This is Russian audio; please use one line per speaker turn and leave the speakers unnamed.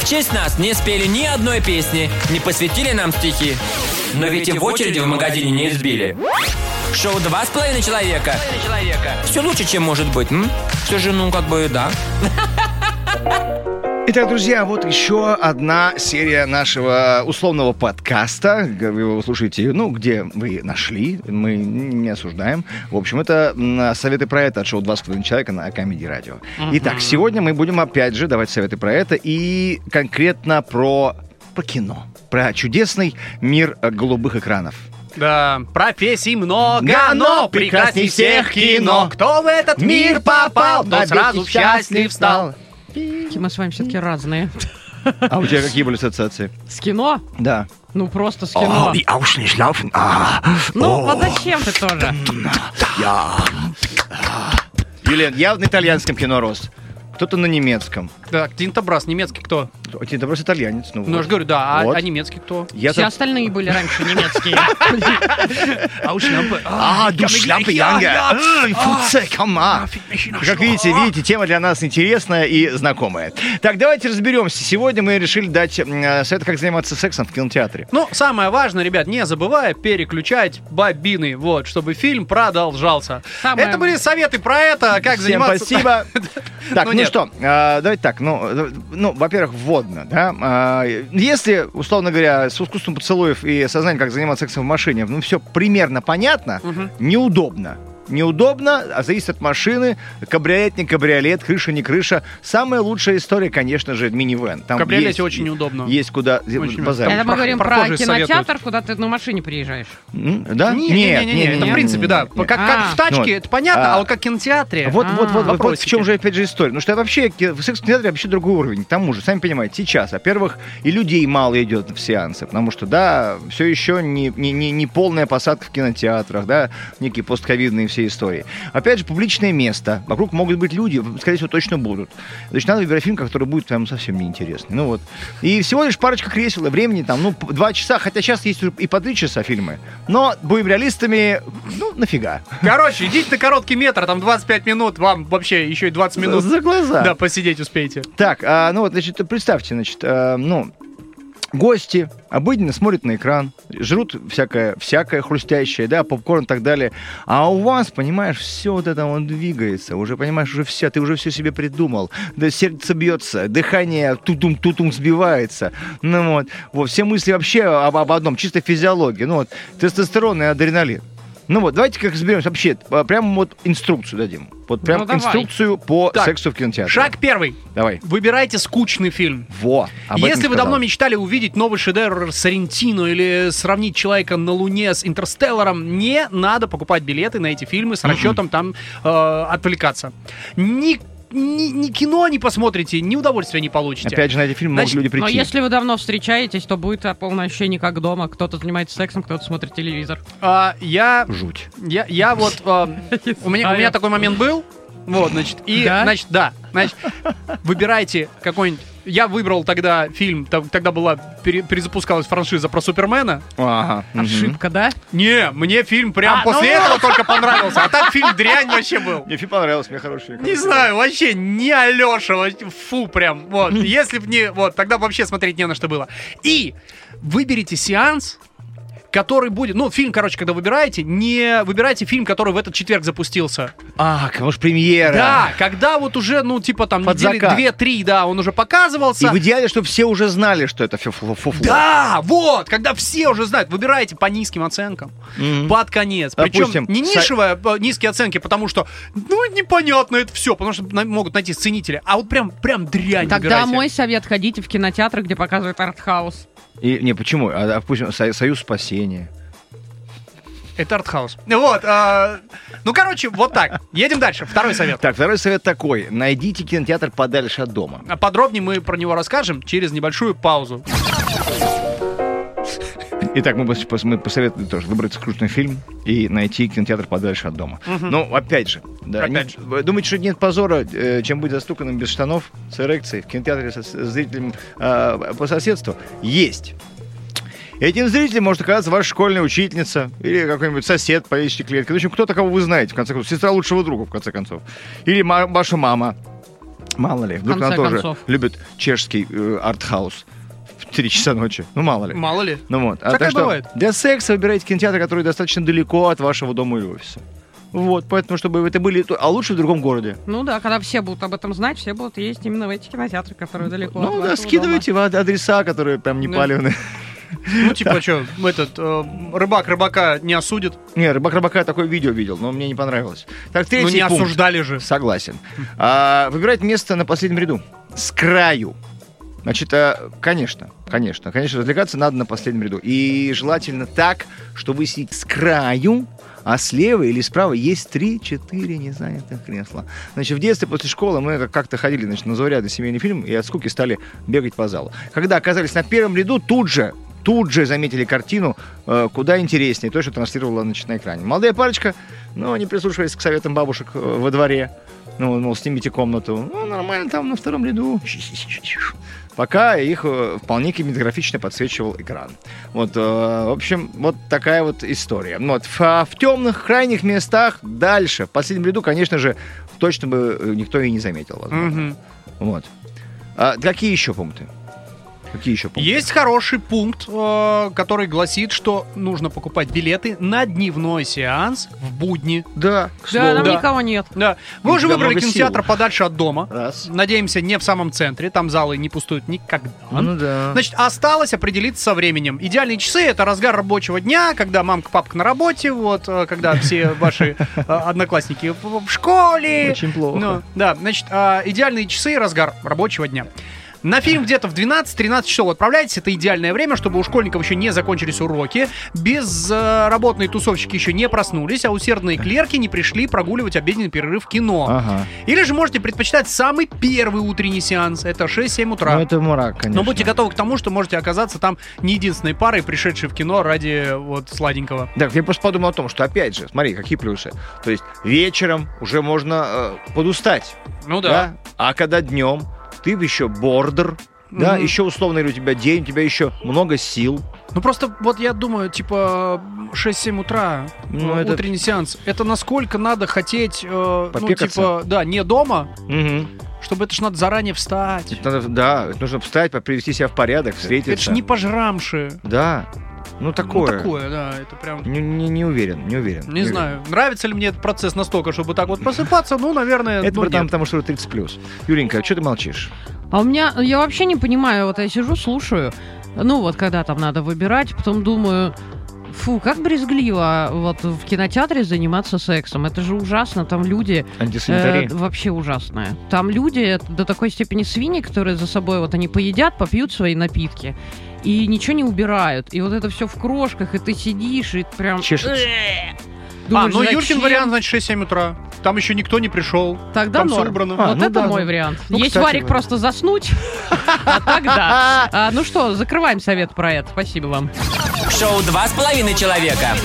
в честь нас не спели ни одной песни, не посвятили нам стихи. Но ведь и в очереди в магазине не избили. Шоу «Два с половиной человека». Все лучше, чем может быть. М? Все же, ну, как бы, да.
Итак, друзья, вот еще одна серия нашего условного подкаста. Вы его слушаете, ну, где вы нашли, мы не осуждаем. В общем, это м, советы про это от шоу «Два с половиной человека» на Камеди Радио. Итак, сегодня мы будем опять же давать советы про это и конкретно про, про кино. Про чудесный мир э, голубых экранов.
Да, профессий много,
Гано,
но прекрасней всех кино. Кто в этот мир попал, тот сразу счастлив стал.
Мы с вами все-таки разные.
А у тебя какие были ассоциации?
С кино?
Да.
Ну, просто
А,
с кино.
а
Ну, вот зачем ты тоже?
Юлен, я на итальянском кино рос. Кто-то на немецком.
Так, Тинтобрас, немецкий кто?
Это просто итальянец. Ну,
Ну, я
вот.
же говорю, да, а-
Вот.
а немецкий кто?
Я
Все
за-
остальные были раньше немецкие.
А у шляпы.
А, du Schlampe, Янга. Ай,
А,
фуце, кома. Как видите, видите, тема для нас интересная и знакомая. Так, давайте разберемся. Сегодня мы решили дать м, э, совет, как заниматься сексом в кинотеатре.
Ну, самое важное, ребят, не забывая переключать бобины, вот, чтобы фильм продолжался.
Самое-
Это были советы про это, как
Всем
заниматься...
спасибо. Так,
Ну,
ну,
нет.
что, э, давайте так, ну, э, ну, во-первых, вводно, да. Э, если, условно говоря, с искусством поцелуев и сознанием, как заниматься сексом в машине, ну, все примерно понятно, неудобно. Неудобно, а зависит от машины, кабриолет, не кабриолет, крыша, не крыша. Самая лучшая история, конечно же, минивэн. Там
В кабриолете
есть-
очень неудобно.
Есть куда
Очень
базарить.
Это мы
Прох-
говорим про
прохожие
кинотеатр,
советуют.
куда ты на машине приезжаешь.
М, Да?
Не-не-не, это в
не,
принципе, да.
не, не.
Как, как
А.
в тачке,
Ну,
это понятно,
а-
а вот как в кинотеатре. А,
Вот, вот, вот, вот, вот в
вопросики.
чем же опять же история. Ну что вообще ки- секс в кинотеатре вообще другой уровень. К тому же, сами понимаете, сейчас, во-первых, и людей мало идет в сеансы, потому что, да, все еще не, не, не, не полная посадка в кинотеатрах, да, некие постковидные все истории. Опять же, публичное место. Вокруг могут быть люди, скорее всего, точно будут. Значит, надо выбирать фильм, который будет прям совсем неинтересный. Ну вот. И всего лишь парочка кресел, и времени там, ну, п- два часа, хотя сейчас есть уже и по три часа фильмы. Но будем реалистами, ну, нафига.
Короче, идите на короткий метр, там 25 минут, вам вообще еще и 20 минут.
За глаза.
Да, посидеть успеете.
Так, а, ну вот, значит, представьте, значит, а, ну, гости обыденно смотрят на экран, жрут всякое, всякое хрустящее, да, попкорн и так далее. А у вас, понимаешь, все вот это он двигается, уже, понимаешь, уже все, ты уже все себе придумал. Да, сердце бьется, дыхание тутум-тутум сбивается. Ну вот, вот, все мысли вообще об, об одном, чисто физиологии. Ну вот, тестостерон и адреналин. Ну вот, давайте как разберемся вообще, а, прям вот инструкцию дадим. Вот прям
Ну, давай.
инструкцию по
Так,
сексу в кинотеатре.
Шаг первый.
Давай.
Выбирайте скучный фильм.
Во. об этом
Если вы
сказал.
давно мечтали увидеть новый шедевр Соррентино или сравнить человека на Луне с Интерстелларом, не надо покупать билеты на эти фильмы с расчетом там э, отвлекаться. Ни, ни- ни кино не посмотрите, ни удовольствия не получите.
Опять же, на эти фильмы могут
Значит, а
люди прийти.
Но если вы давно встречаетесь, то будет а, полное ощущение как дома. Кто-то занимается сексом, кто-то смотрит телевизор.
А, я
Жуть.
Я, я вот... э, у, меня, у меня такой момент был. Вот, значит, и,
Да?
значит, да, значит, выбирайте какой-нибудь... Я выбрал тогда фильм, там, тогда была, пере- перезапускалась франшиза про Супермена.
Ага. мгм.
Ошибка, да?
Не, мне фильм прям
А,
после
ну
этого только понравился. А так фильм дрянь вообще был.
Мне фильм понравился, мне хороший.
Ну
Не знаю, вообще не Алеша, вообще, фу прям, вот, если б не, вот, тогда б вообще смотреть не на что было. И выберите сеанс, который будет, ну, фильм, короче, когда выбираете, не выбирайте фильм, который в этот четверг запустился.
А, потому что премьера.
Да, когда вот уже, ну, типа там
Под
недели
закат.
две-три, да, он уже показывался.
И в идеале, чтобы все уже знали, что это фуфло. фуфло.
Да, вот, когда все уже знают, выбирайте по низким оценкам,
Мгм.
под конец.
Допустим,
Причем не
са-
нишевая, а, низкие оценки, потому что, ну, непонятно это все, потому что на- могут найти ценители. А вот прям, прям дрянь
Тогда
выбирайте.
мой совет, ходите в кинотеатры, где показывают артхаус.
И, не, почему? А, допустим, Со- Союз спасения.
Это артхаус. Вот, а, ну, короче, вот так. Едем дальше, второй совет.
Так, второй совет такой. Найдите кинотеатр подальше от дома.
А Подробнее мы про него расскажем через небольшую паузу.
Итак, мы, пос- пос- мы посоветуем тоже выбрать скучный фильм и найти кинотеатр подальше от дома. Но опять же, да,
Опять
не- вы думаете, что нет позора, э, чем быть застуканным без штанов с эрекцией в кинотеатре со- с зрителем э, по соседству? Есть. Этим зрителем может оказаться ваша школьная учительница или какой-нибудь сосед по личной клетке. В общем, кто-то, кого вы знаете, в конце концов. Сестра лучшего друга, в конце концов. Или ма- ваша мама. Мало ли, вдруг
конце
она тоже
концов.
любит чешский э, артхаус в 3 часа ночи. Ну, мало ли.
Мало ли.
Ну вот. А
Всякое
так что
бывает.
для секса выбирайте кинотеатр, который достаточно далеко от вашего дома или офиса. Вот, поэтому, чтобы это были... то- А лучше в другом городе.
Ну да, когда все будут об этом знать, все будут ездить именно в эти кинотеатры, которые далеко от
ну, да,
вашего
скидывайте в ад- адреса, которые прям не
Ну.
палевные.
Ну, типа, что, этот, э, рыбак рыбака не осудит,
Не, рыбак рыбака такое видео видел, но мне не понравилось. Так, третий
но Ну, не
пункт.
осуждали же.
Согласен. А, выбирать место на последнем ряду. С краю. Значит, а, конечно, конечно, конечно, развлекаться надо на последнем ряду. И желательно так, что вы сидите с краю, а слева или справа есть 3-4 незанятых кресла. Значит, в детстве после школы мы как- как-то ходили значит, на заурядный семейный фильм и от скуки стали бегать по залу. Когда оказались на первом ряду, тут же тут же заметили картину э, куда интереснее той, что транслировала значит, на экране. Молодая парочка, но не прислушиваясь к советам бабушек э, во дворе, ну, мол, снимите комнату. Ну, нормально, там на втором ряду. Пока их э, вполне кинематографично подсвечивал экран. Вот, э, в общем, вот такая вот история. Ну, Вот, в, а, в темных крайних местах дальше, в последнем ряду, конечно же, точно бы э, никто и не заметил. возможно.
Мгм.
Вот. А какие еще пункты? Какие еще пункты?
Есть хороший пункт, э, который гласит, что нужно покупать билеты на дневной сеанс в будни.
Ну Да, к
дома. Да,
слову.
там
Да.
никого нет.
Да. Мы уже
Да
выбрали
много сил.
кинотеатр подальше от дома.
Раз.
Надеемся, не в самом центре, там залы не пустуют никогда.
Ну да.
Значит, осталось определиться со временем. Идеальные часы — это разгар рабочего дня, когда мамка, папка на работе, вот, э, когда все ваши э, одноклассники в в школе.
Очень плохо.
Ну, да, значит, а, идеальные часы и разгар рабочего дня. На фильм где-то в 12-13 часов отправляйтесь. Это идеальное время, чтобы у школьников еще не закончились уроки, безработные тусовщики еще не проснулись, а усердные клерки не пришли прогуливать обеденный перерыв в кино.
Ага.
Или же можете предпочитать самый первый утренний сеанс. Это 6-7 утра.
Ну это мрак, конечно.
Но будьте готовы к тому, что можете оказаться там не единственной парой, пришедшей в кино ради вот сладенького.
Так, я просто подумал о том, что опять же, смотри, какие плюсы. То есть вечером уже можно э, подустать,
Ну
да. А когда днем ты еще бордер, да,
Мгм.
еще условно или у тебя день, у тебя еще много сил.
Ну просто вот я думаю, типа 6-7 утра,
Ну,
э,
это-
утренний сеанс. Это насколько надо хотеть, э, ну
Попекаться.
типа, да, не дома,
Мгм.
чтобы это ж надо заранее встать. Это,
Надо- да, это нужно встать, по- привести себя в порядок, встретиться.
ж не пожрамши.
Да, ну такое.
Ну, такое, да, это прям...
Не, не- не уверен, не уверен.
Не знаю, нравится ли мне этот процесс настолько, чтобы так вот просыпаться, ну, наверное,
уверен. Это
ну,
потому,
нет.
потому что 30 плюс. Юленька, что ты молчишь?
А у меня, я вообще не понимаю, вот я сижу, слушаю, ну вот когда там надо выбирать, потом думаю, фу, как брезгливо а вот в кинотеатре заниматься сексом, это же ужасно, там люди
Антисанитария.
э, вообще ужасные. Там люди это до такой степени свиньи, которые за собой вот они поедят, попьют свои напитки и ничего не убирают, и вот это все в крошках, и ты сидишь и прям.
Чешется.
«Э-э-э».
А,
Думаешь,
ну, Юркин
«Зачем?»
вариант, значит, 6-7 утра. Там еще никто не пришел.
Тогда
Там все
норм.
убрано.
А,
вот
ну
это
да,
мой
да.
вариант.
Ну,
Есть
кстати,
варик
да.
просто заснуть, а тогда. А, Ну что, закрываем совет про это. Спасибо вам.
Шоу «Два с половиной человека».